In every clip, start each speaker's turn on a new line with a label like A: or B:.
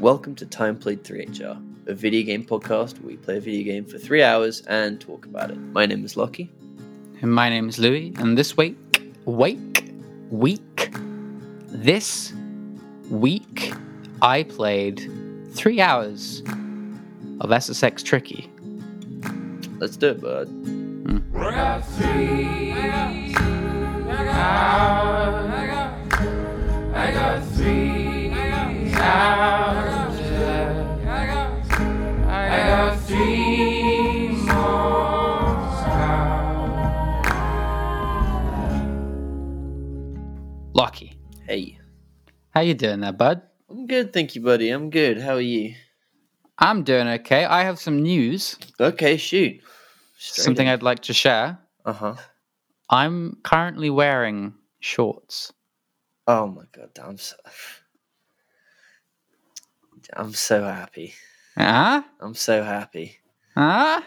A: Welcome to Time Played 3HR, a video game podcast where we play a video game for three hours and talk about it. My name is Lockie.
B: And my name is Louis, and this week, wake, week, this week, I played three hours of SSX Tricky.
A: Let's do it, bud.
B: Lockie,
A: Hey.
B: how you doing there, bud?
A: I'm good, thank you, buddy. I'm good. How are you?
B: I'm doing okay. I have some news,
A: Okay, shoot.
B: something I'd like to share.
A: Uh huh.
B: I'm currently wearing shorts.
A: Oh my god, I'm so. I'm so happy.
B: Ah,
A: I'm so happy.
B: ah.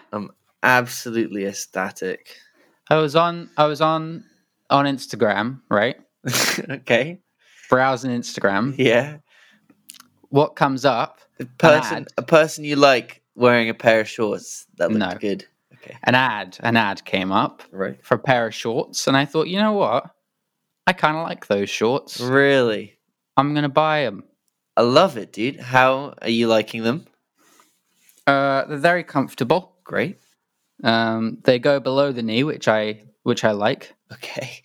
A: Absolutely ecstatic.
B: I was on, I was on, on Instagram, right?
A: okay.
B: Browsing Instagram.
A: Yeah.
B: What comes up?
A: A person,
B: ad.
A: a person you like wearing a pair of shorts that looked
B: No.
A: good. Okay.
B: An ad. An ad came up.
A: Right.
B: for a pair of shorts, and I thought, you know what? I kind of like those shorts.
A: Really.
B: I'm gonna buy them.
A: I love it, dude. How are you liking them?
B: Uh, they're very comfortable.
A: Great.
B: Um, they go below the knee, which I which I like.
A: Okay.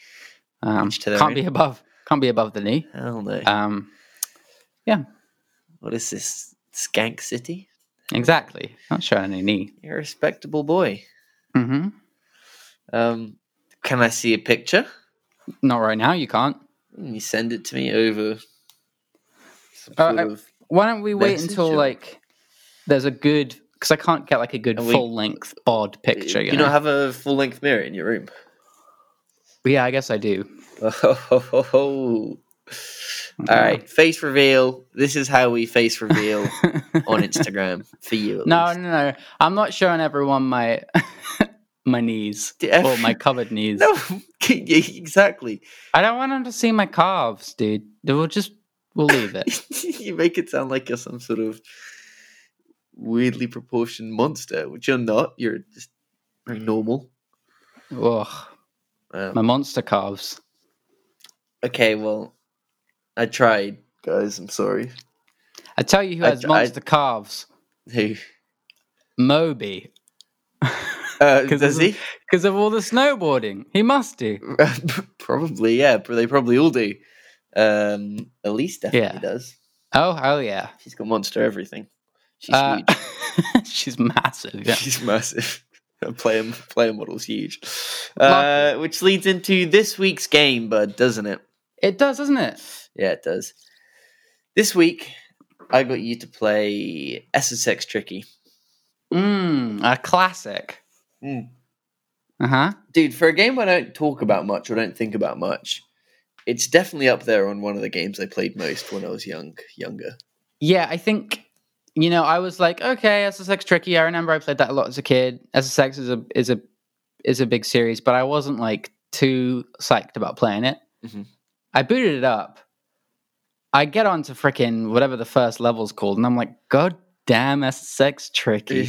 B: Um,
A: Each to their
B: can't
A: own.
B: be above. Can't be above the knee.
A: Hell no.
B: Um,
A: what is this? Skank City?
B: exactly. Not showing any knee.
A: You're a respectable boy.
B: hmm
A: Um, can I see a picture?
B: Not right now. You can't.
A: Can you send it to me over. some
B: Uh,
A: sort
B: I-
A: of-
B: Why don't we wait
A: Message
B: until
A: or-
B: like there's a good because I can't get like a good
A: And we-
B: full length bod picture.
A: Do
B: You,
A: you
B: know.
A: not have a full length mirror in your room?
B: yeah, I guess I do.
A: All
B: Mm-hmm.
A: right, face reveal. This is how we face reveal on Instagram for you. at
B: No,
A: least.
B: no, no. I'm not showing everyone my my knees
A: D- ev-
B: or oh my covered knees.
A: no, yeah, exactly.
B: I don't want them to see my calves, dude. We'll just we'll leave it.
A: you make it sound like you're some sort of weirdly proportioned monster, which you're not. You're just very normal.
B: Ugh,
A: Um,
B: my monster calves.
A: okay, well, I tried, guys. I'm sorry.
B: I tell you who
A: I-
B: has
A: I-
B: monster calves.
A: Who?
B: Moby,
A: Uh,
B: 'Cause
A: does he?
B: this because of all the snowboarding. He must do.
A: probably, yeah. But they probably all do. Um, Elise definitely
B: Yeah.
A: does.
B: Oh, oh yeah.
A: She's got monster everything. She's
B: Uh,
A: huge.
B: she's massive. Yeah.
A: She's massive. Her player player model's huge. Uh,
B: Lovely.
A: which leads into this week's game, bud, doesn't it?
B: It does, doesn't it?
A: Yeah, it does. This week, I got you to play SSX Tricky.
B: Mmm, a classic.
A: Mm.
B: Uh huh.
A: Dude, for a game I don't talk about much or don't think about much, it's definitely up there on one of the games I played most when I was young, younger.
B: Yeah, I think you know, I was like, okay, SSX tricky. I remember I played that a lot as a kid. SSX is a is a is a big series, but I wasn't like too psyched about playing it.
A: Mhm.
B: I booted it up. I get onto frickin' whatever the first level's called, and I'm like, God damn SSX tricky.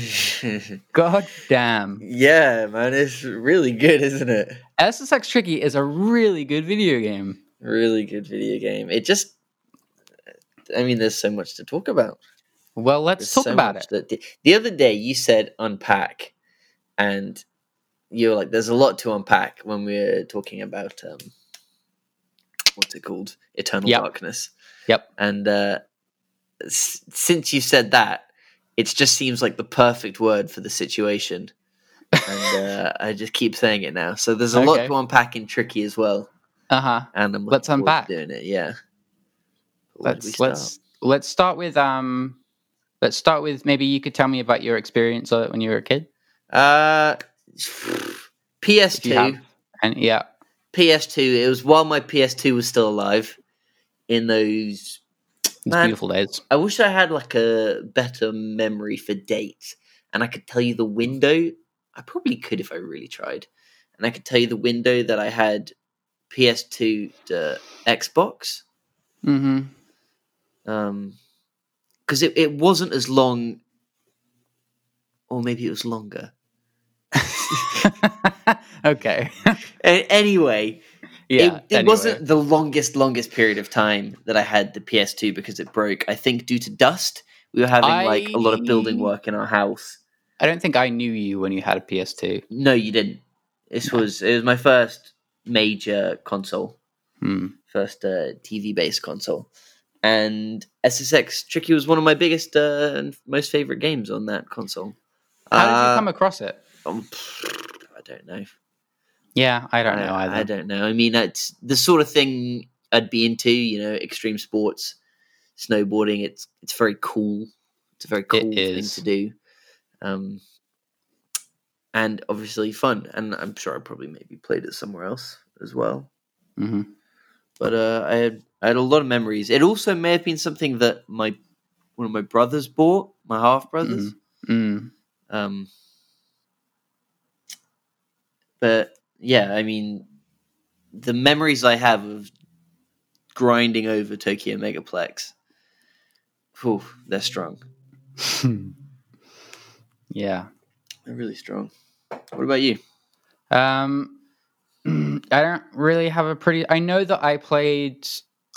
B: God damn.
A: yeah, man, it's really good, isn't it?
B: SSX tricky is a really good video game.
A: Really good video game. It just, I mean, there's so much to talk about.
B: Well, let's
A: There's
B: talk
A: so
B: about
A: much
B: it.
A: that- the, the other day you said unpack, and you're like, "There's a lot to unpack." When we're talking about um, what's it called, Eternal
B: Yep.
A: Darkness.
B: Yep.
A: And uh, s- since you said that, it just seems like the perfect word for the situation, and uh, I just keep saying it now. So there's a lot
B: Okay.
A: to unpack in Tricky as well,
B: Uh huh.
A: and I'm looking
B: Let's
A: forward to
B: unpack.
A: doing it. Yeah. Where do we
B: let's
A: start?
B: let's let's start with um let's start with maybe you could tell me about your experience of it when you were a kid
A: Uh,
B: if you
A: PS2.
B: have. and yeah
A: PS2. It was while my PS2 was still alive. In those,
B: these
A: Man.
B: beautiful days
A: I wish I had like a better memory for dates, and I could tell you the window. I probably could if I really tried, and I could tell you the window that I had PS2 to Xbox.
B: mm-hmm
A: Um 'cause because it, it wasn't as long, or maybe it was longer.
B: okay.
A: A- anyway,
B: Yeah.
A: it, it
B: anyway.
A: wasn't the longest, longest period of time that I had the PS2 because it broke. I think due to dust, we were having like a lot of building
B: I-
A: work in our house.
B: I don't think I knew you when you had a PS2.
A: No, you didn't. This was it was my first major console,
B: Hmm.
A: first uh, TV based console, and SSX Tricky was one of my biggest uh, and most favorite games on that console.
B: How did
A: Uh,
B: you come across it?
A: um, I don't know.
B: Yeah, I don't know either.
A: I don't know. I mean, that's the sort of thing I'd be into. You know, extreme sports, snowboarding. It's it's very cool. It's a very cool thing
B: is.
A: to do, um, and obviously fun. And I'm sure I probably maybe played it somewhere else as well.
B: hmm
A: But uh, I had I had a lot of memories. It also may have been something that my one of my brothers bought, my half brothers.
B: Mm.
A: Um, but yeah, I mean, the memories I have of grinding over Tokyo Megaplex, whew, they're strong.
B: Mm. yeah.
A: They're really strong. What about you?
B: Um, I don't really have a pretty. I know that I played.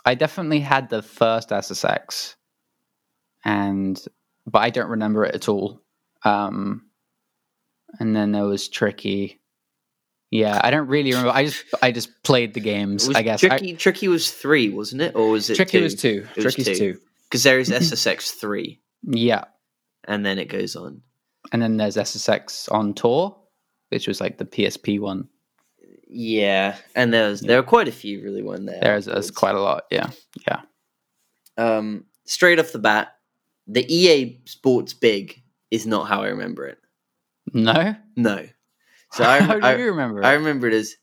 B: I definitely had the first SSX, and but I don't remember it at all. Um, and then there was tricky. Yeah, I don't really remember. I just I just played the games.
A: Was
B: I guess I-
A: tricky. tricky was three, wasn't it, or was it
B: tricky
A: two?
B: was two.
A: It was
B: Tricky's
A: two.
B: two.
A: Because there is SSX three,
B: Yeah,
A: and then it goes on.
B: and then there's SSX on tour, which was like the PSP one.
A: Yeah, and there's there are quite a few really one there.
B: There's, there's
A: afterwards.
B: quite a lot. Yeah.
A: um, straight off the bat, the EA Sports Big is not how I remember it.
B: No.
A: No. So I,
B: How do
A: I,
B: you remember?
A: I
B: it?
A: remember it as.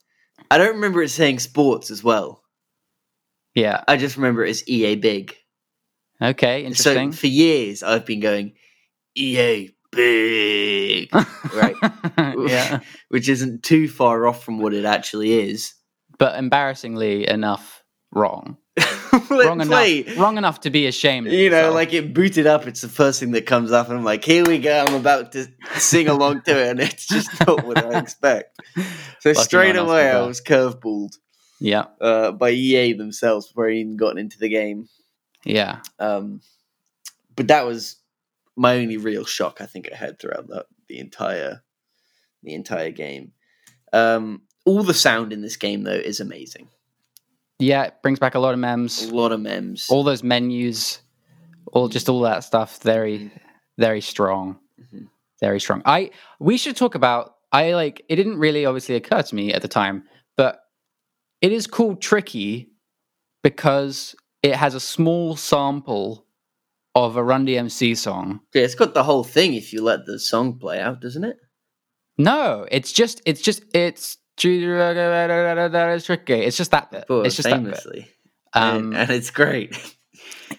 A: I don't remember it saying sports as well.
B: yeah.
A: I just remember it as EA Big.
B: Okay.
A: So
B: Interesting.
A: for years, I've been going EA Big, right.
B: yeah.
A: which isn't too far off from what it actually is.
B: But embarrassingly enough, wrong. Wrong
A: Let's play.
B: enough. Wrong enough to be ashamed. of
A: You know,
B: yourself.
A: like it booted up. It's the first thing that comes up, and I'm like, "Here we go!" I'm about to sing along to it, and it's just not what I expect. So
B: Lucky
A: straight
B: no one else
A: away,
B: did
A: I
B: that.
A: was curveballed
B: Yeah.
A: uh, by EA themselves before I even gotten into the game.
B: Yeah.
A: Um, but that was my only real shock I think I had throughout the, the entire the entire game. Um, all the sound in this game though is amazing.
B: Yeah. It brings back a lot of
A: A
B: memes.
A: lot of memes.
B: All those menus, all just all that stuff. Very, very strong.
A: Mhm.
B: Very strong. I we should talk about. I like. It didn't really obviously occur to me at the time, but it is called tricky because it has a small sample of a Run DMC song.
A: yeah, it's got the whole thing if you let the song play out, doesn't it?
B: No, it's just it's just it's tricky. It's just that bit.
A: But
B: It's just that bit.
A: famously, and,
B: Um,
A: and it's great.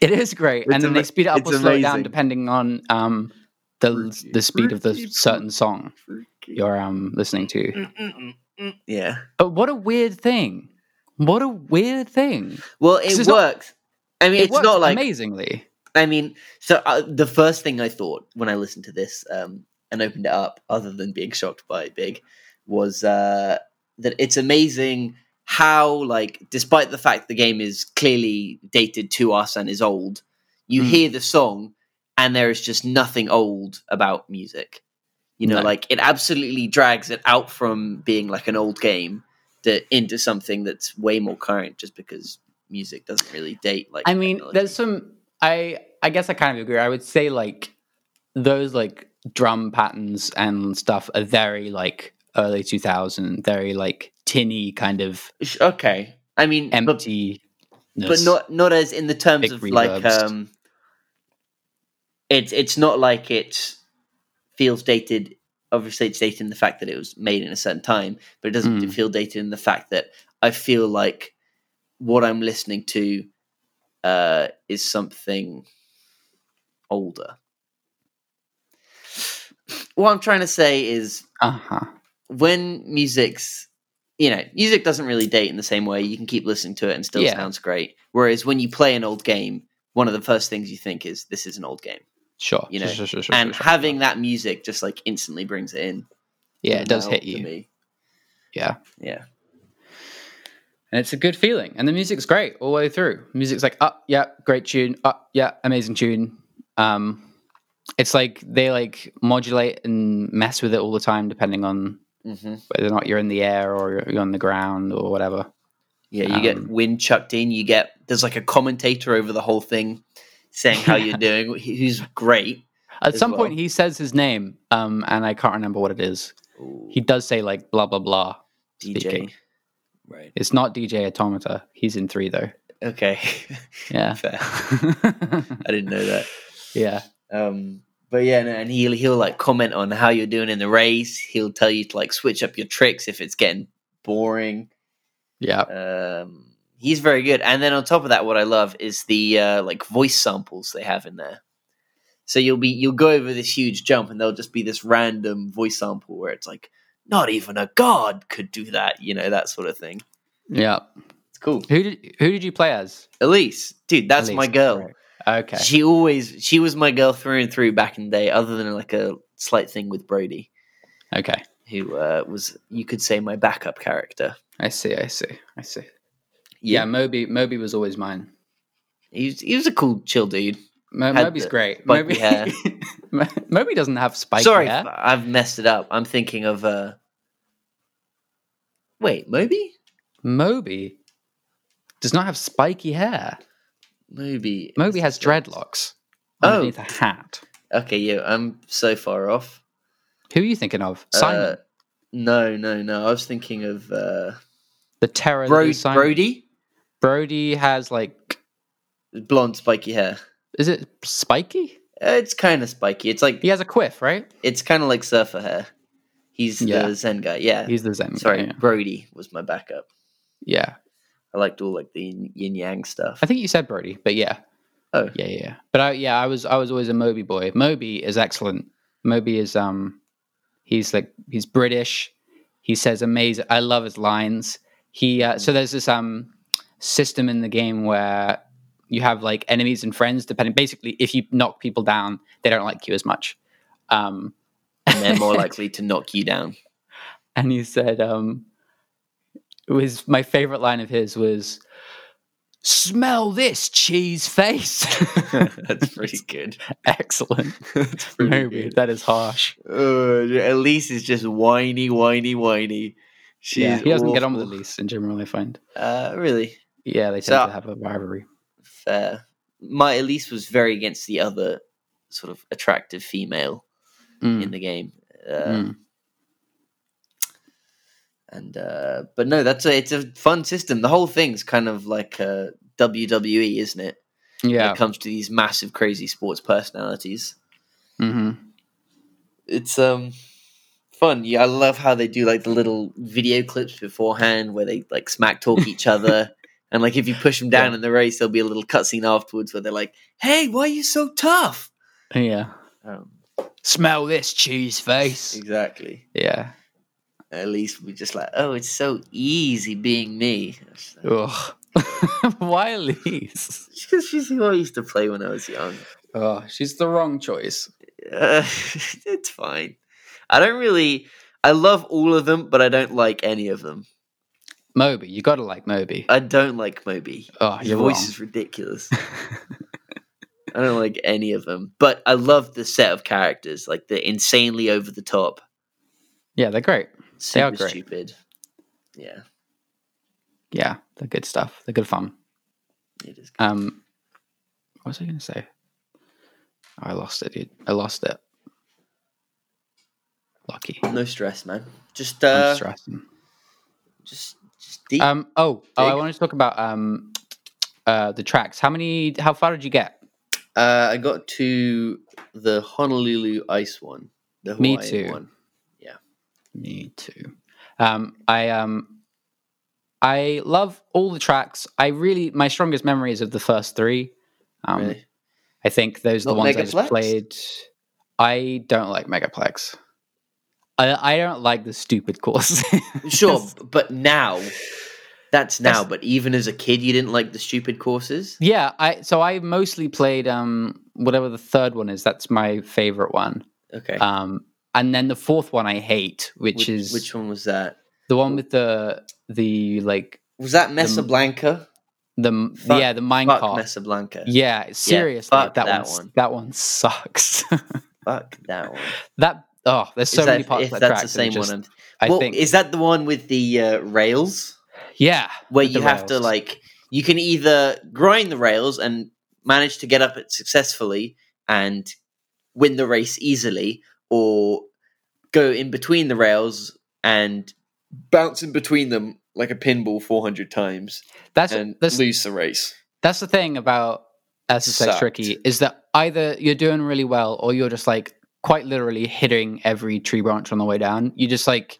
B: it is great,
A: it's
B: and then they
A: ama-
B: speed it up
A: it's
B: or slow it down
A: amazing.
B: depending on um the
A: Fruity,
B: the speed of the
A: fruity,
B: certain song
A: Mm,
B: you're um listening to.
A: mm, mm, mm. yeah.
B: But what a weird thing! What a weird thing!
A: Well,
B: 'Cause
A: it
B: it's not-
A: works. I mean,
B: It
A: it's
B: works
A: not like
B: amazingly.
A: I mean, so uh, the first thing I thought when I listened to this um, and opened it up, other than being shocked by Big, was uh, that it's amazing how, like, despite the fact the game is clearly dated to us and is old, you
B: Mm.
A: hear the song and there is just nothing old about music. You know,
B: No.
A: like it absolutely drags it out from being like an old game to, into something that's way more current, just because music doesn't really date. Like,
B: I mean,
A: technology.
B: there's some. I I guess I kind of agree. I would say like those like drum patterns and stuff are very like early 2000, very like tinny kind of
A: Sh- Okay. I mean, but,
B: empty.
A: but not not as in the terms
B: Big
A: of like
B: reverbs.
A: um, it's it's not like it feels dated. Obviously, it's dated in the fact that it was made in a certain time, but it doesn't
B: Mm.
A: feel dated in the fact that I feel like what I'm listening to uh, is something older. What I'm trying to say is
B: Uh huh.
A: when music's you know music doesn't really date in the same way you can keep listening to it and still
B: Yeah.
A: sounds great whereas when you play an old game one of the first things you think is this is an old game.
B: Sure.
A: You know,
B: sure, sure, sure, sure,
A: And
B: sure, sure.
A: having that music just like instantly brings it in.
B: yeah, it does
A: Now,
B: hit
A: to
B: you.
A: me.
B: Yeah.
A: Yeah.
B: And it's a good feeling. And the music's great all the way through. Music's like, oh, yeah, great tune. Oh, yeah, amazing tune. Um, it's like they like modulate and mess with it all the time, depending on
A: hmm
B: whether or not you're in the air or you're- you're on the ground or whatever.
A: Yeah. You get
B: Um,
A: wind chucked in. You get there's like a commentator over the whole thing, saying how you're doing. He- He's great.
B: At
A: As
B: some
A: well.
B: point, he says his name, um, and I can't remember what it is. He does say like blah blah blah.
A: DJ.
B: speaking.
A: Right.
B: It's not DJ Automata. He's in three though.
A: Okay.
B: Yeah.
A: Fair. I didn't know that.
B: yeah.
A: Um, but yeah, no, and he'll he'll like comment on how you're doing in the race. He'll tell you to like switch up your tricks if it's getting boring.
B: Yeah.
A: Um, he's very good. And then on top of that, what I love is the uh, like voice samples they have in there. So you'll be you'll go over this huge jump, and there'll just be this random voice sample where it's like, not even a god could do that. You know that sort of thing.
B: Yeah.
A: It's cool.
B: Who did who did you play as?
A: Elise, dude, that's my
B: Elise,
A: girl.
B: right. Okay.
A: She always she was my girl through and through back in the day, other than like a slight thing with Brody,
B: Okay.
A: who uh, was you could say my backup character.
B: I see. I see. I see. Yeah. Moby. Moby was always mine.
A: he was, he was a cool chill dude.
B: Mo-
A: Had
B: Moby's
A: the
B: great.
A: spiky
B: Moby.
A: hair.
B: Mo- Moby doesn't have spiky
A: Sorry,
B: hair.
A: if I've messed it up. I'm thinking of uh, wait, Moby,
B: Moby does not have spiky hair.
A: Moby, is-
B: Moby has dreadlocks
A: Oh.
B: underneath a hat.
A: Okay, yeah, I'm so far off.
B: Who are you thinking of?
A: Uh,
B: Simon,
A: No, no, no. I was thinking of uh,
B: the terror. that
A: Bro-
B: is Simon.
A: Brody,
B: Brody has like,
A: blonde spiky hair.
B: is it spiky?
A: Uh, It's kind of spiky. It's like
B: He has a quiff, right?
A: It's kind of like surfer hair. He's
B: Yeah.
A: the Zen guy. Yeah.
B: He's the Zen.
A: Sorry,
B: Yeah.
A: Brody was my backup.
B: yeah,
A: I liked all like the yin yang stuff.
B: I think you said Brody, but yeah.
A: Oh.
B: Yeah, yeah. yeah. But I, yeah, I was I was always a Moby boy. Moby is excellent. Moby is um, he's like he's British. He says amazing. I love his lines. He uh, so there's this um system in the game where you have like enemies and friends depending. Basically, if you knock people down, they don't like you as much. Um,
A: And they're more likely to knock you down.
B: and he said um it was my favorite line of his was smell this cheese face
A: That's pretty good.
B: excellent
A: That's
B: Moby, that is harsh
A: Uh, Elise is just whiny, whiny, whiny. She's
B: yeah he doesn't get on with
A: awful.
B: elise in general i find
A: Uh, really
B: yeah they tend
A: So-
B: to have a rivalry
A: fair. My Elise was very against the other sort of attractive female
B: Mm,
A: in the game. Uh,
B: mm.
A: and uh but no that's a it's a fun system the whole thing's kind of like uh wwe isn't it when
B: yeah
A: it comes to these massive crazy sports personalities
B: hmm
A: it's um fun yeah i love how they do like the little video clips beforehand where they like smack talk each other and like if you push them down in the race there'll be a little cutscene afterwards where they're like hey why are you so tough
B: yeah
A: um,
B: smell this cheese face
A: exactly
B: yeah
A: at least we just like oh it's so easy being me
B: Ugh. why elise
A: because she's who i used to play when i was young
B: oh she's the wrong choice
A: Uh, it's fine. I don't really. I love all of them, but I don't like any of them.
B: moby you gotta like moby
A: I don't like Moby.
B: oh
A: His
B: you're
A: voice
B: wrong.
A: is ridiculous. I don't like any of them, but I love the set of characters, like the insanely over the top,
B: yeah they're great They are
A: super
B: great.
A: stupid. Yeah,
B: yeah, they're good stuff. They're good fun.
A: it is. Good.
B: Um, what was I going to say? Oh, I lost it, dude. I lost it. Lucky.
A: no stress, man. Just
B: I'm
A: uh, e
B: stressing.
A: just just deep.
B: Um, oh, oh, I
A: dig.
B: wanted to talk about um, uh, the tracks. How many? How far did you get?
A: uh, I got to the Honolulu ice one, the
B: Me
A: Hawaiian
B: too.
A: one.
B: Me too. Um, I um, I love all the tracks. I really my strongest memory is of the first three. Um,
A: really.
B: I think those are the
A: Not
B: ones I just
A: Megaplex?
B: played. I don't like Megaplex. I, I don't like the stupid course.
A: Sure, but now That's now,
B: That's-
A: but even as a kid, you didn't like the stupid courses.
B: Yeah, I so I mostly played um whatever the third one is. That's my favorite one.
A: Okay.
B: Um, and then the fourth one I hate, which,
A: which,
B: is
A: which one was that?
B: the one with the the like
A: Was that Mesa Blanca?
B: the m
A: Fuck-
B: yeah the minecart.
A: Fuck Mesa Blanca.
B: Yeah, seriously,
A: fuck
B: that,
A: that
B: one,
A: one.
B: that one sucks.
A: Fuck that one.
B: that oh, there's so
A: Is
B: many
A: that-
B: parts
A: if
B: of that
A: that's
B: track.
A: the
B: that are
A: same
B: just-
A: one. I'm,
B: I
A: well,
B: think
A: is that the one with the uh, rails
B: yeah,
A: where
B: with
A: you
B: the
A: have to
B: rails.
A: like you can either grind the rails and manage to get up it successfully and win the race easily, or go in between the rails and bounce in between them like a pinball 400 times
B: that's
A: and
B: that's
A: lose the race.
B: That's the thing about as it's like
A: Sucked.
B: tricky is that either you're doing really well or you're just like quite literally hitting every tree branch on the way down. You just like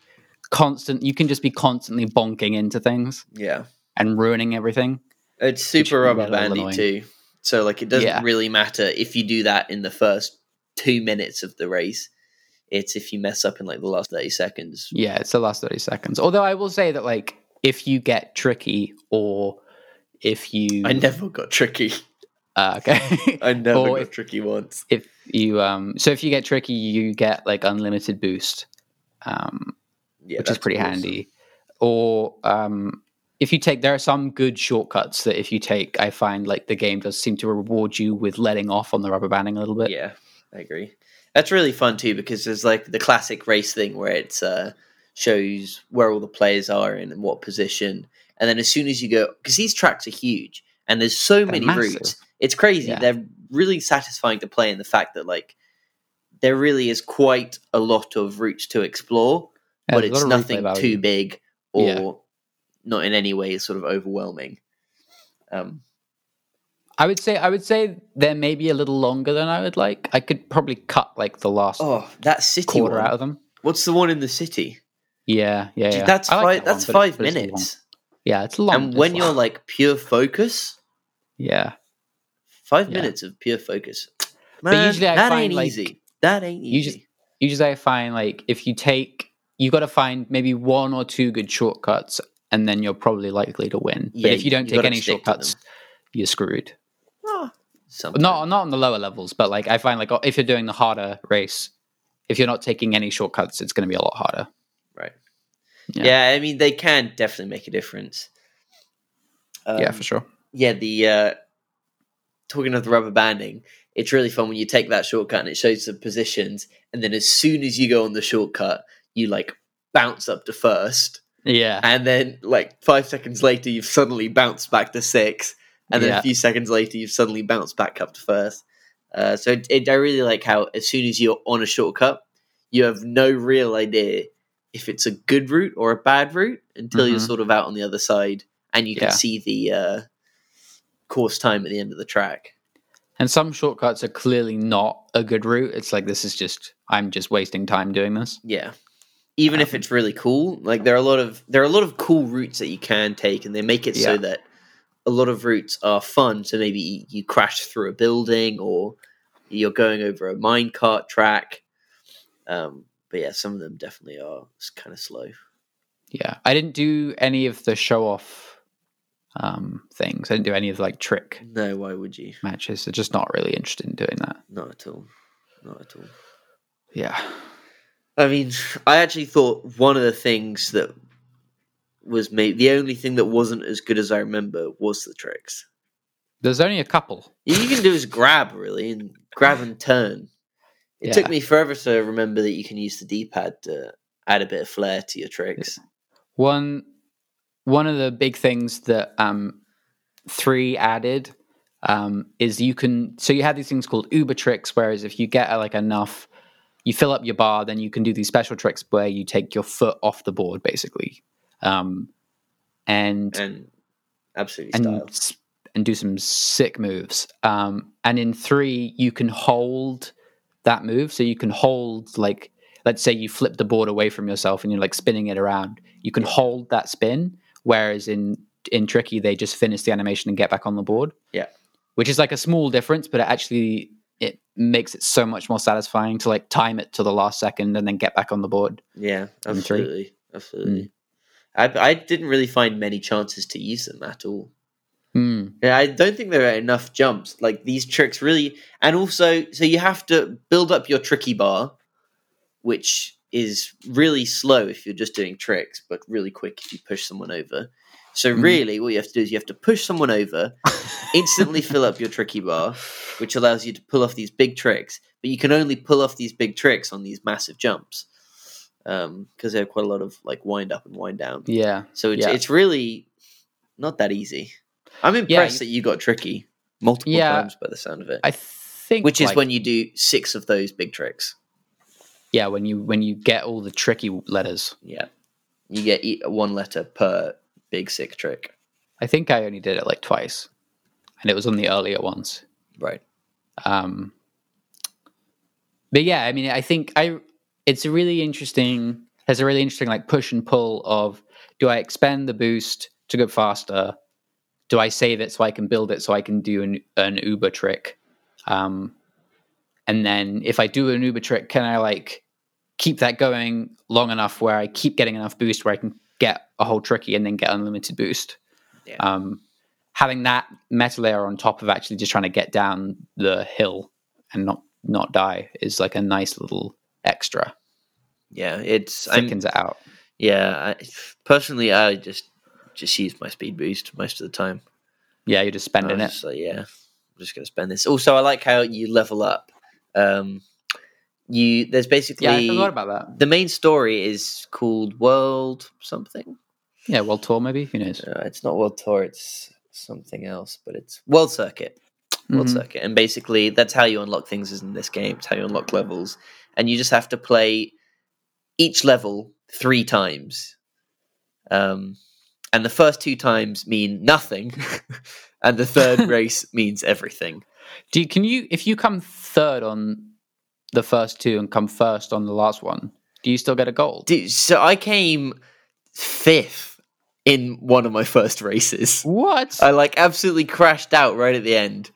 B: constant. You can just be constantly bonking into things
A: Yeah.
B: and ruining everything.
A: It's
B: Which
A: super
B: can
A: rubber
B: get a little
A: bandy
B: annoying.
A: too. So like it doesn't
B: Yeah.
A: really matter if you do that in the first two minutes of the race. It's if you mess up in like the last thirty seconds.
B: Yeah, it's the last thirty seconds. Although I will say that like if you get tricky or if you
A: I never got tricky.
B: uh, okay.
A: I never
B: Or
A: got
B: if-
A: tricky once.
B: if you um so if you get tricky you get like unlimited boost um
A: Yeah,
B: which is
A: that's
B: pretty
A: awesome.
B: handy. Or um, if you take, there are some good shortcuts that if you take, I find like the game does seem to reward you with letting off on the rubber banding a little bit.
A: yeah, I agree. That's really fun too because there's like the classic race thing where it's uh, shows where all the players are and in what position, and then as soon as you go, because these tracks are huge and there's so
B: They're
A: many
B: massive.
A: routes, it's crazy.
B: Yeah.
A: They're really satisfying to play in the fact that like there really is quite a lot of routes to explore,
B: Yeah,
A: but
B: there's a lot
A: it's
B: of replay
A: nothing
B: value.
A: too big or
B: Yeah.
A: not in any way sort of overwhelming. Um,
B: I would say I would say they're maybe a little longer than I would like. I could probably cut like the last
A: oh, that city
B: quarter out
A: one.
B: of them.
A: What's the one in the city?
B: Yeah, yeah,
A: Dude,
B: yeah.
A: that's
B: I
A: five.
B: like that one,
A: that's
B: but it-
A: five
B: but it's long.
A: minutes.
B: Yeah, it's long.
A: and
B: it's
A: when you're
B: long.
A: like pure focus,
B: yeah,
A: five
B: Yeah.
A: minutes of pure focus. Man,
B: But usually I
A: that
B: find,
A: ain't
B: like,
A: easy. That ain't
B: you
A: easy.
B: just- usually I find like if you take, you got to find maybe one or two good shortcuts, and then you're probably likely to win.
A: Yeah,
B: but if you don't
A: you
B: take
A: gotta
B: any
A: stick to them.
B: shortcuts, you're screwed.
A: Ah, something.
B: Not not on the lower levels, but like I find like oh, if you're doing the harder race, if you're not taking any shortcuts, it's going to be a lot harder.
A: right.
B: yeah.
A: Yeah. I mean they can definitely make a difference. Um,
B: yeah, for sure.
A: yeah, the uh, talking of the rubber banding, it's really fun when you take that shortcut and it shows the positions, and then as soon as you go on the shortcut, you like bounce up to first,
B: Yeah,
A: and then like five seconds later, you've suddenly bounced back to six, and then
B: Yeah.
A: a few seconds later, you've suddenly bounced back up to first. Uh, so it, it- I really like how as soon as you're on a shortcut, you have no real idea if it's a good route or a bad route until you're
B: Mhm.
A: sort of out on the other side and you can
B: Yeah.
A: see the uh, course time at the end of the track.
B: and some shortcuts are clearly not a good route. It's like this is just I'm just wasting time doing this.
A: Yeah. Even if
B: Um,
A: it's really cool, like there are a lot of there are a lot of cool routes that you can take, and they make it
B: Yeah.
A: so that a lot of routes are fun. So maybe you crash through a building, or you're going over a minecart track. Um, but yeah, some of them definitely are kind of slow.
B: Yeah, I didn't do any of the show off um, things. I didn't do any of the, like trick
A: No, why would you?
B: matches. They're just not really interested in doing that.
A: Not at all. Not at all.
B: Yeah.
A: I mean, I actually thought one of the things that was made the only thing that wasn't as good as I remember was the tricks.
B: There's only a couple.
A: All you can do is grab, really, and grab and turn. It took
B: Yeah.
A: me forever to remember that you can use the D pad to add a bit of flair to your tricks.
B: One one of the big things that um three added um is you can so you have these things called Uber tricks, whereas if you get uh, like enough you fill up your bar, then you can do these special tricks where you take your foot off the board, basically. Um and
A: And absolutely
B: and
A: style.
B: s- and do some sick moves. Um, and in three, you can hold that move. So you can hold like let's say you flip the board away from yourself and you're like spinning it around. You can hold that spin, whereas in in tricky they just finish the animation and get back on the board.
A: Yeah.
B: which is like a small difference, but it actually it makes it so much more satisfying to like time it to the last second and Mm. then get back on the board.
A: Yeah,
B: and three.
A: absolutely. Absolutely. I, I didn't really find many chances to use them at all.
B: Hmm.
A: Yeah, I don't think there are enough jumps. Like these tricks really, and also, so you have to build up your tricky bar, which is really slow if you're just doing tricks, but really quick if you push someone over. So
B: Mhm.
A: really, what you have to do is you have to push someone over, instantly fill up your tricky bar, which allows you to pull off these big tricks. But you can only pull off these big tricks on these massive jumps because they have quite a lot of like wind up and wind down.
B: yeah.
A: So it's,
B: Yeah.
A: it's really not that easy. I'm impressed that you got tricky multiple
B: Yeah.
A: times by the sound of it,
B: I think
A: which is
B: like,
A: when you do six of those big tricks.
B: yeah when you when you get all the tricky letters.
A: Yeah, you get e- one letter per big sick trick.
B: I think I only did it like twice, and it was on the earlier ones.
A: Right.
B: um but yeah i mean i think i it's a really interesting there's a really interesting like push and pull of do i expend the boost to go faster do i save it so i can build it so i can do an, an uber trick um and then if i do an uber trick can i like keep that going long enough where i keep getting enough boost where i can get a whole tricky and then get unlimited boost
A: Yeah.
B: um having that meta layer on top of actually just trying to get down the hill and not not die is like a nice little extra
A: Yeah, it's I'm-
B: thickens it out
A: yeah. I, personally, I just just use my speed boost most of the time.
B: yeah you're just spending
A: I
B: it
A: was just like, yeah, I'm just gonna spend this. Also, I like how you level up. Um, you there's basically
B: yeah i forgot about that
A: the main story is called World something.
B: yeah world tour maybe who knows
A: Uh, it's not World Tour. It's something else, but it's World Circuit. World
B: Mhm.
A: Circuit, and basically that's how you unlock things is in this game. It's how you unlock levels, and you just have to play each level three times. Um, and the first two times mean nothing, and the third race means everything.
B: do you, can you if you come third on the first two and come first on the last one do you still get a gold
A: Dude, so I came fifth in one of my first races.
B: what
A: I like absolutely crashed out right at the end,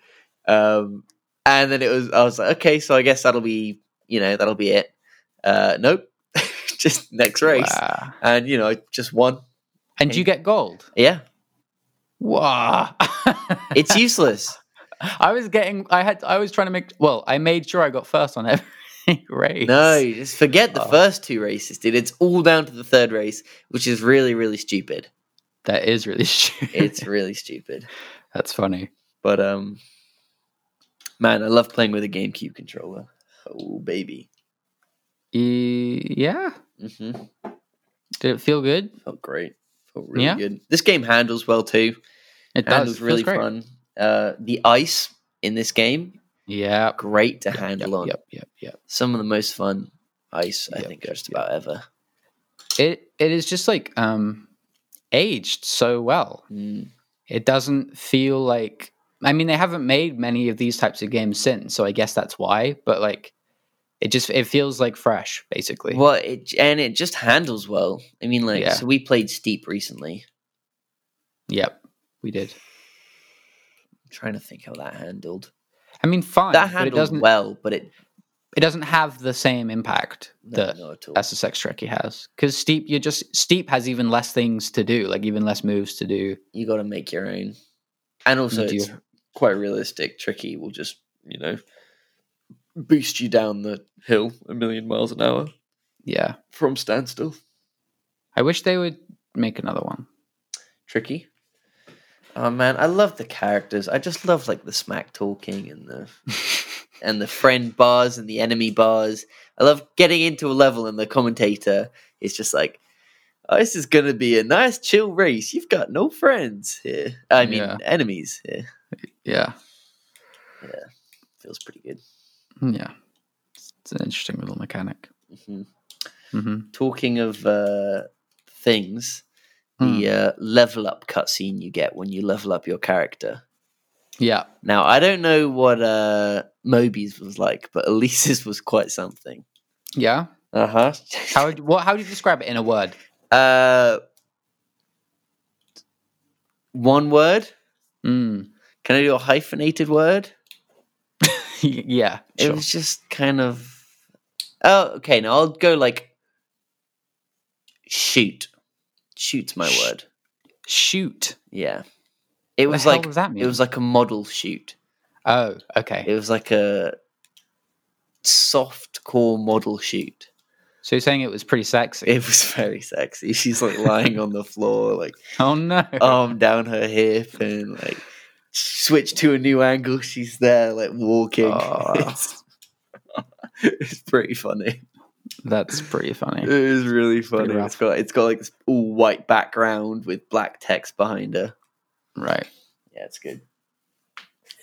A: um, and then it was I was like, okay, so I guess that'll be you know that'll be it. Uh, nope, just next race,
B: Wow.
A: and you know I just won.
B: and do you get gold
A: Yeah,
B: wow
A: it's useless.
B: i was getting i had i was trying to make well i made sure i got first on every race
A: no, just forget the
B: Oh.
A: first two races, dude. It's all down to the third race, which is really really stupid.
B: That is really stupid.
A: It's really stupid.
B: That's funny.
A: But um, man, I love playing with a GameCube controller. Oh baby,
B: E- yeah.
A: hmm
B: Did it feel good?
A: felt great, felt really
B: Yeah.
A: good. This game handles well too.
B: It
A: It handles
B: Feels
A: really
B: great.
A: fun. Uh, the ice in this game,
B: Yeah.
A: great to
B: Yep,
A: handle
B: yep,
A: on.
B: Yep, yep, yep.
A: Some of the most fun ice I
B: Yep,
A: think just
B: yep.
A: about ever.
B: It it is just like um aged so well.
A: Mm,
B: It doesn't feel like I mean they haven't made many of these types of games since, so I guess that's why, but like it just it feels like fresh basically.
A: Well, it and it just handles well. I mean, like
B: Yeah.
A: so we played Steep recently.
B: Yep. We did.
A: I'm trying to think how that handled.
B: I mean fine,
A: That
B: but it
A: handled
B: doesn't
A: well, but it
B: it doesn't have the same impact
A: no,
B: that
A: not at all.
B: That's the sex trick he has. Because steep, you just steep has even less things to do, like even less moves to do.
A: You got to make your own, and also
B: You do.
A: it's quite realistic. Tricky will just you know boost you down the hill a million miles an hour
B: Yeah,
A: from standstill.
B: I wish they would make another one.
A: tricky. Oh man, I love the characters. I just love like the smack talking and the and the friend bars and the enemy bars. I love getting into a level and the commentator is just like, "Oh, this is gonna be a nice chill race. You've got no friends here. I mean,
B: Yeah.
A: enemies here."
B: Yeah,
A: Feels pretty good.
B: Hmm, yeah, it's an interesting little mechanic.
A: hmm
B: hmm
A: Talking of uh, things,
B: Hmm.
A: the uh, level up cutscene you get when you level up your character.
B: Yeah,
A: Now I don't know what uh Moby's was like, but Elise's was quite something.
B: yeah.
A: Uh-huh.
B: How would what? How would you describe it in a word?
A: uh one word?
B: Mm.
A: Can I do a hyphenated word?
B: yeah,
A: It
B: sure.
A: was just kind of Oh, okay, now I'll go like shoot. Shoot's my
B: Sh-
A: word.
B: Shoot.
A: Yeah. It
B: What
A: was
B: the hell
A: like
B: does that mean?
A: it was like a model shoot.
B: oh, okay.
A: It was like a soft core model shoot.
B: so you're saying it was pretty sexy?
A: It was very sexy. She's like lying on the floor, like
B: oh no.
A: arm down her hip and like switch to a new angle. She's there, like walking.
B: Oh.
A: It's, it's pretty funny.
B: That's pretty funny.
A: It is really
B: pretty
A: funny.
B: rough.
A: It's got it's got like this all white background with black text behind her.
B: Right.
A: Yeah, it's good.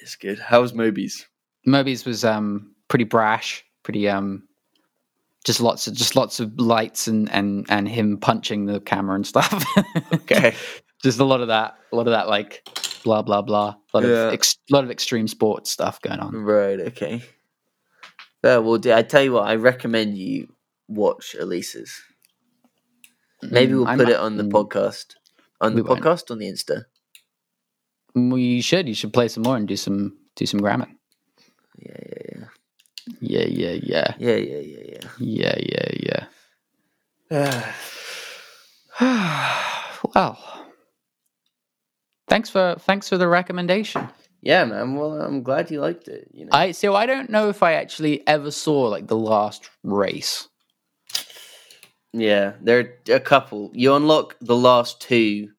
A: It's good. How's Moby's?
B: Moby's was um pretty brash, pretty um just lots of just lots of lights and and and him punching the camera and stuff.
A: Okay.
B: just a lot of that, a lot of that like blah blah blah, a lot
A: Yeah.
B: of ex- lot of extreme sports stuff going on.
A: right. Okay. That will do. I tell you what. I recommend you watch Elisa's. Maybe
B: Mm,
A: we'll
B: I
A: put
B: might-
A: it on the
B: mm,
A: podcast. On the
B: We won't.
A: podcast, on the Insta.
B: We should. You should play some more and do some do some grammar.
A: Yeah, yeah, yeah.
B: Yeah, yeah, yeah,
A: Yeah, yeah, yeah,
B: yeah, yeah, yeah.
A: yeah.
B: well, thanks for thanks for the recommendation.
A: yeah, man. Well, I'm glad you liked it. You know,
B: I so I don't know if I actually ever saw like the last race.
A: yeah, there are a couple. You unlock the last two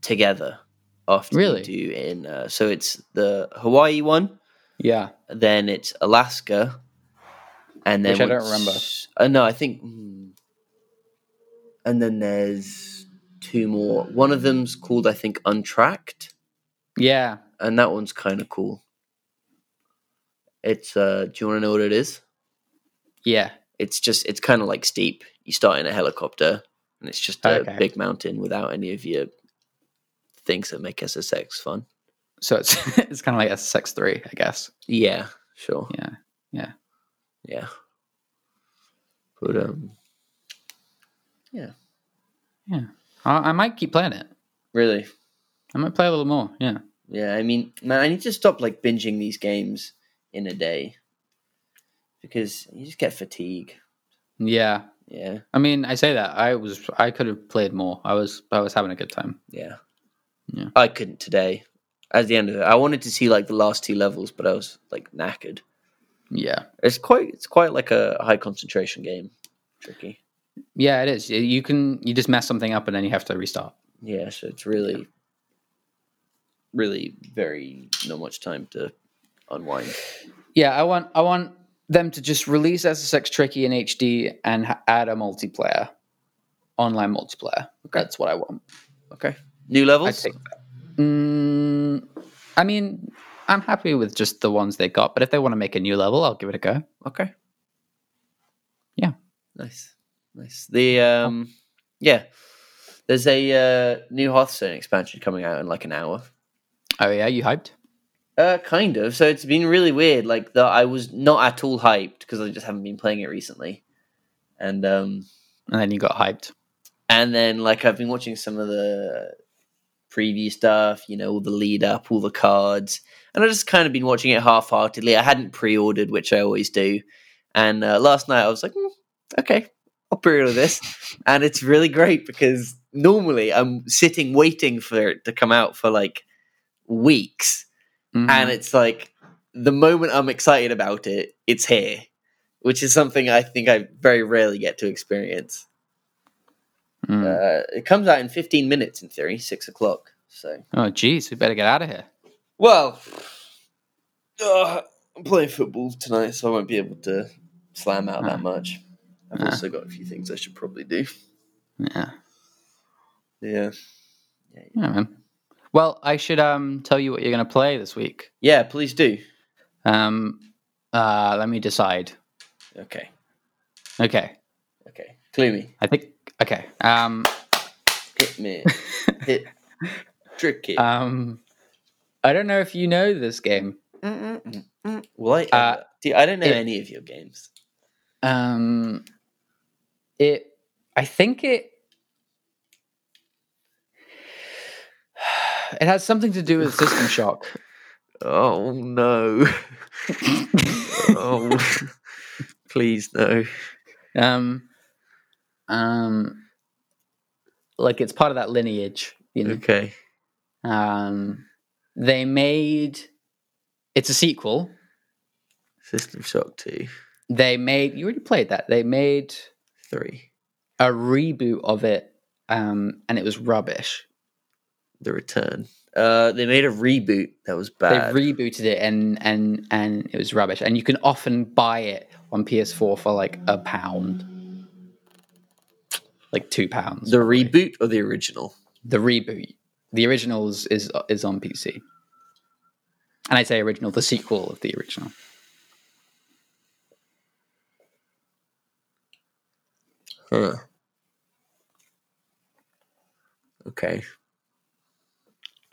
A: together after
B: Really?
A: you do in. Uh, so it's the Hawaii one,
B: Yeah,
A: then it's Alaska, and then
B: Which I don't
A: once- Uh, no, I think, hmm. and then there's two more. One of them's called, I think, Untracked.
B: yeah.
A: and that one's kind of cool. It's uh, do you want to know what it is?
B: Yeah.
A: It's just it's kind of like steep. You start in a helicopter, and it's just a
B: Okay.
A: big mountain without any of your things that make SSX fun.
B: So it's it's kind of like SSX three, I guess.
A: Yeah, sure.
B: Yeah, yeah.
A: yeah. But um,
B: I, I might keep playing it.
A: really,
B: I might play a little more. Yeah.
A: yeah. I mean, man, I need to stop like binging these games in a day because you just get fatigue.
B: Yeah.
A: Yeah,
B: I mean, I say that I was I could have played more. I was I was having a good time.
A: Yeah.
B: Yeah.
A: I couldn't today. At the end of it, I wanted to see like the last two levels, but I was like knackered.
B: Yeah.
A: It's quite it's quite like a high concentration game. Tricky.
B: Yeah, it is. You can you just mess something up and then you have to restart.
A: Yeah, so it's really really very not much time to unwind.
B: Yeah, I want I want them to just release SSX Tricky in HD and ha- add a multiplayer, online multiplayer.
A: Okay.
B: That's what I want.
A: Okay. New
B: I
A: levels?
B: take that. Mm, I mean, I'm happy with just the ones they got, but if they want to make a new level, I'll give it a go.
A: Okay.
B: Yeah.
A: Nice. Nice. The um yeah. There's a uh, new Hearthstone expansion coming out in like an hour.
B: Oh yeah, you hyped?
A: Uh, kind of. So it's been really weird. Like that, I was not at all hyped because I just haven't been playing it recently, and um,
B: And then you got hyped.
A: and then like I've been watching some of the preview stuff. You know, all the lead up, all the cards, and I just kind of been watching it half heartedly. I hadn't pre ordered, which I always do, and uh, last night I was like, "Hmm, okay, I'll pre order this, and it's really great because normally I'm sitting waiting for it to come out for like weeks
B: Mhm.
A: and it's like the moment I'm excited about it, it's here, which is something I think I very rarely get to experience.
B: Mm.
A: Uh, it comes out in 15 minutes in theory, six o'clock. So,
B: oh geez, we better get out of here.
A: well, uh, I'm playing football tonight, so I won't be able to slam out that much. I've
B: Ah.
A: also got a few things I should probably do.
B: Yeah.
A: Yeah,
B: Yeah, man. Well, I should um tell you what you're gonna play this week.
A: yeah, please do.
B: Um uh let me decide.
A: Okay,
B: Okay.
A: okay, clue me,
B: I think okay. Um
A: hit me, hit, trick it.
B: um I don't know if you know this game.
A: Mm. Will I?
B: uh,
A: ever? Dude, I don't know
B: it-
A: any of your games.
B: Um it I think it it has something to do with system shock.
A: Oh no. oh please no.
B: Um um like it's part of that lineage, you know.
A: Okay.
B: Um, they made it's a sequel.
A: System Shock 2,
B: They made you already played that. They made
A: 3,
B: a reboot of it, um, and it was rubbish.
A: The Return. Uh, they made a reboot that was bad.
B: They rebooted it, and and and it was rubbish. And you can often buy it on PS4 for like a pound, like two pounds.
A: the
B: probably.
A: reboot or the original?
B: the reboot, the originals is is on PC, and I say original, the sequel of the original.
A: Huh. Okay.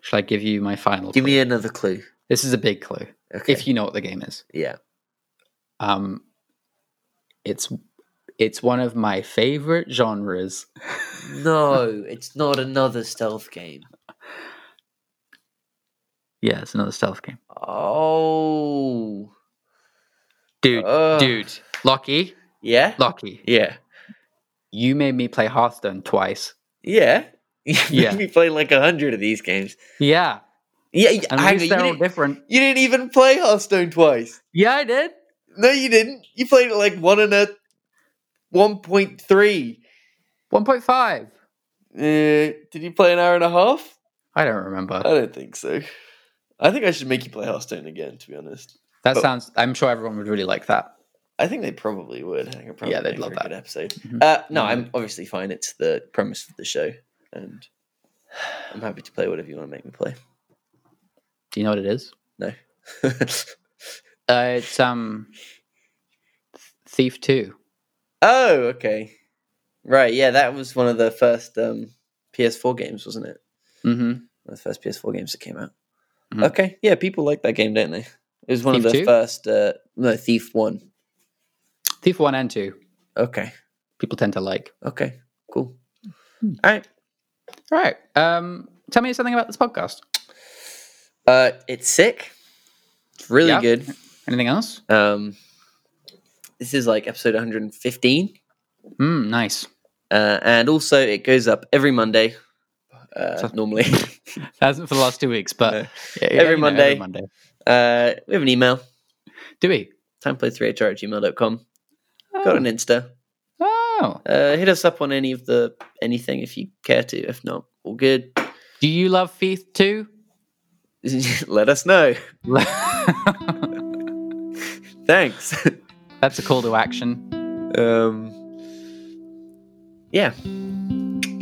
B: Shall I give you my final?
A: Give
B: clue?
A: me another clue.
B: this is a big clue
A: Okay.
B: if you know what the game is.
A: yeah.
B: Um, it's it's one of my favorite genres.
A: No, it's not another stealth game.
B: Yeah, it's another stealth game,
A: Oh.
B: dude.
A: Ugh.
B: Dude, Lockie,
A: Yeah?
B: Lockie,
A: Yeah.
B: you made me play Hearthstone twice.
A: Yeah. You
B: Yeah.
A: made me play like a hundred of these games.
B: Yeah,
A: Yeah, y-
B: and
A: hang
B: we
A: on, you,
B: they're all
A: didn't,
B: different.
A: you didn't even play Hearthstone twice.
B: Yeah, I did.
A: No, you didn't. You played it like one and a one point three.
B: One point five.
A: Uh, did you play an hour and a half?
B: I don't
A: I
B: remember.
A: don't think so. I think I should make you play Hearthstone again. To be honest,
B: That
A: but-
B: sounds. I'm sure everyone would really like that.
A: I think they probably would. I think it'd probably
B: Yeah, they'd
A: make
B: love
A: for a
B: that.
A: good episode.
B: Mhm.
A: Uh, no,
B: Yeah.
A: I'm obviously fine. It's the premise of the show, and I'm happy to play whatever you want to make me play.
B: Do you know what it is?
A: oh,
B: Uh, it's um, Thief Two.
A: Oh, okay, right. Yeah, that was one of the first um, PS4 games, wasn't it?
B: Mm-hmm.
A: One of the first PS4 games that came out.
B: Mhm.
A: Okay, yeah, people like that game, don't they? It was one of
B: Thief
A: the
B: 2?
A: first. Uh, no, Thief One.
B: Thief One and Two.
A: Okay,
B: People tend to like.
A: okay, cool.
B: Hmm.
A: All right.
B: All right. Um, tell me something about this podcast.
A: Uh, it's sick. It's really
B: Yeah.
A: good.
B: Anything else?
A: Um, this is like episode 115,
B: Mm, nice.
A: uh, and also it goes up every Monday. Uh,
B: So-
A: normally,
B: Hasn't for the last two weeks, but
A: No.
B: yeah,
A: Every
B: you know,
A: Monday.
B: Monday.
A: uh, we have an email.
B: Do we?
A: timeplay3hr at gmail.com. Got an Insta.
B: Oh.
A: Uh, hit us up on any of the anything if you care to. If not, all good.
B: Do you love Thief Two?
A: Let us know.
B: That's
A: Thanks.
B: a call to action.
A: um, yeah.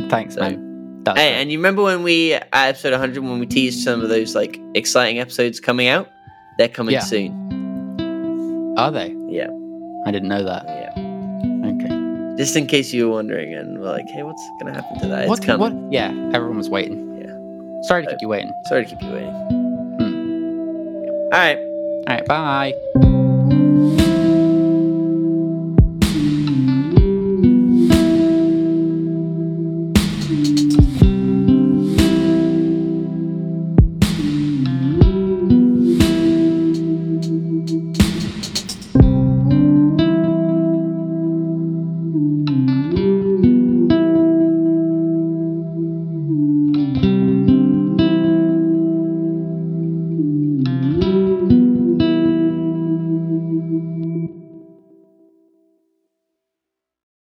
B: Thanks,
A: So-
B: man. That's
A: Hey,
B: it.
A: and you remember when we at episode 100 when we teased some of those like exciting episodes coming out? They're coming
B: Yeah.
A: soon.
B: Are they?
A: Yeah.
B: I didn't know that.
A: Yeah.
B: Okay.
A: Just in case you were wondering and were like, hey, what's gonna happen to that?
B: What?
A: it's coming.
B: What? Yeah. Everyone was waiting. Yeah. Sorry to keep you waiting. Hmm.
A: Sorry to keep you waiting. All right.
B: All right. Bye.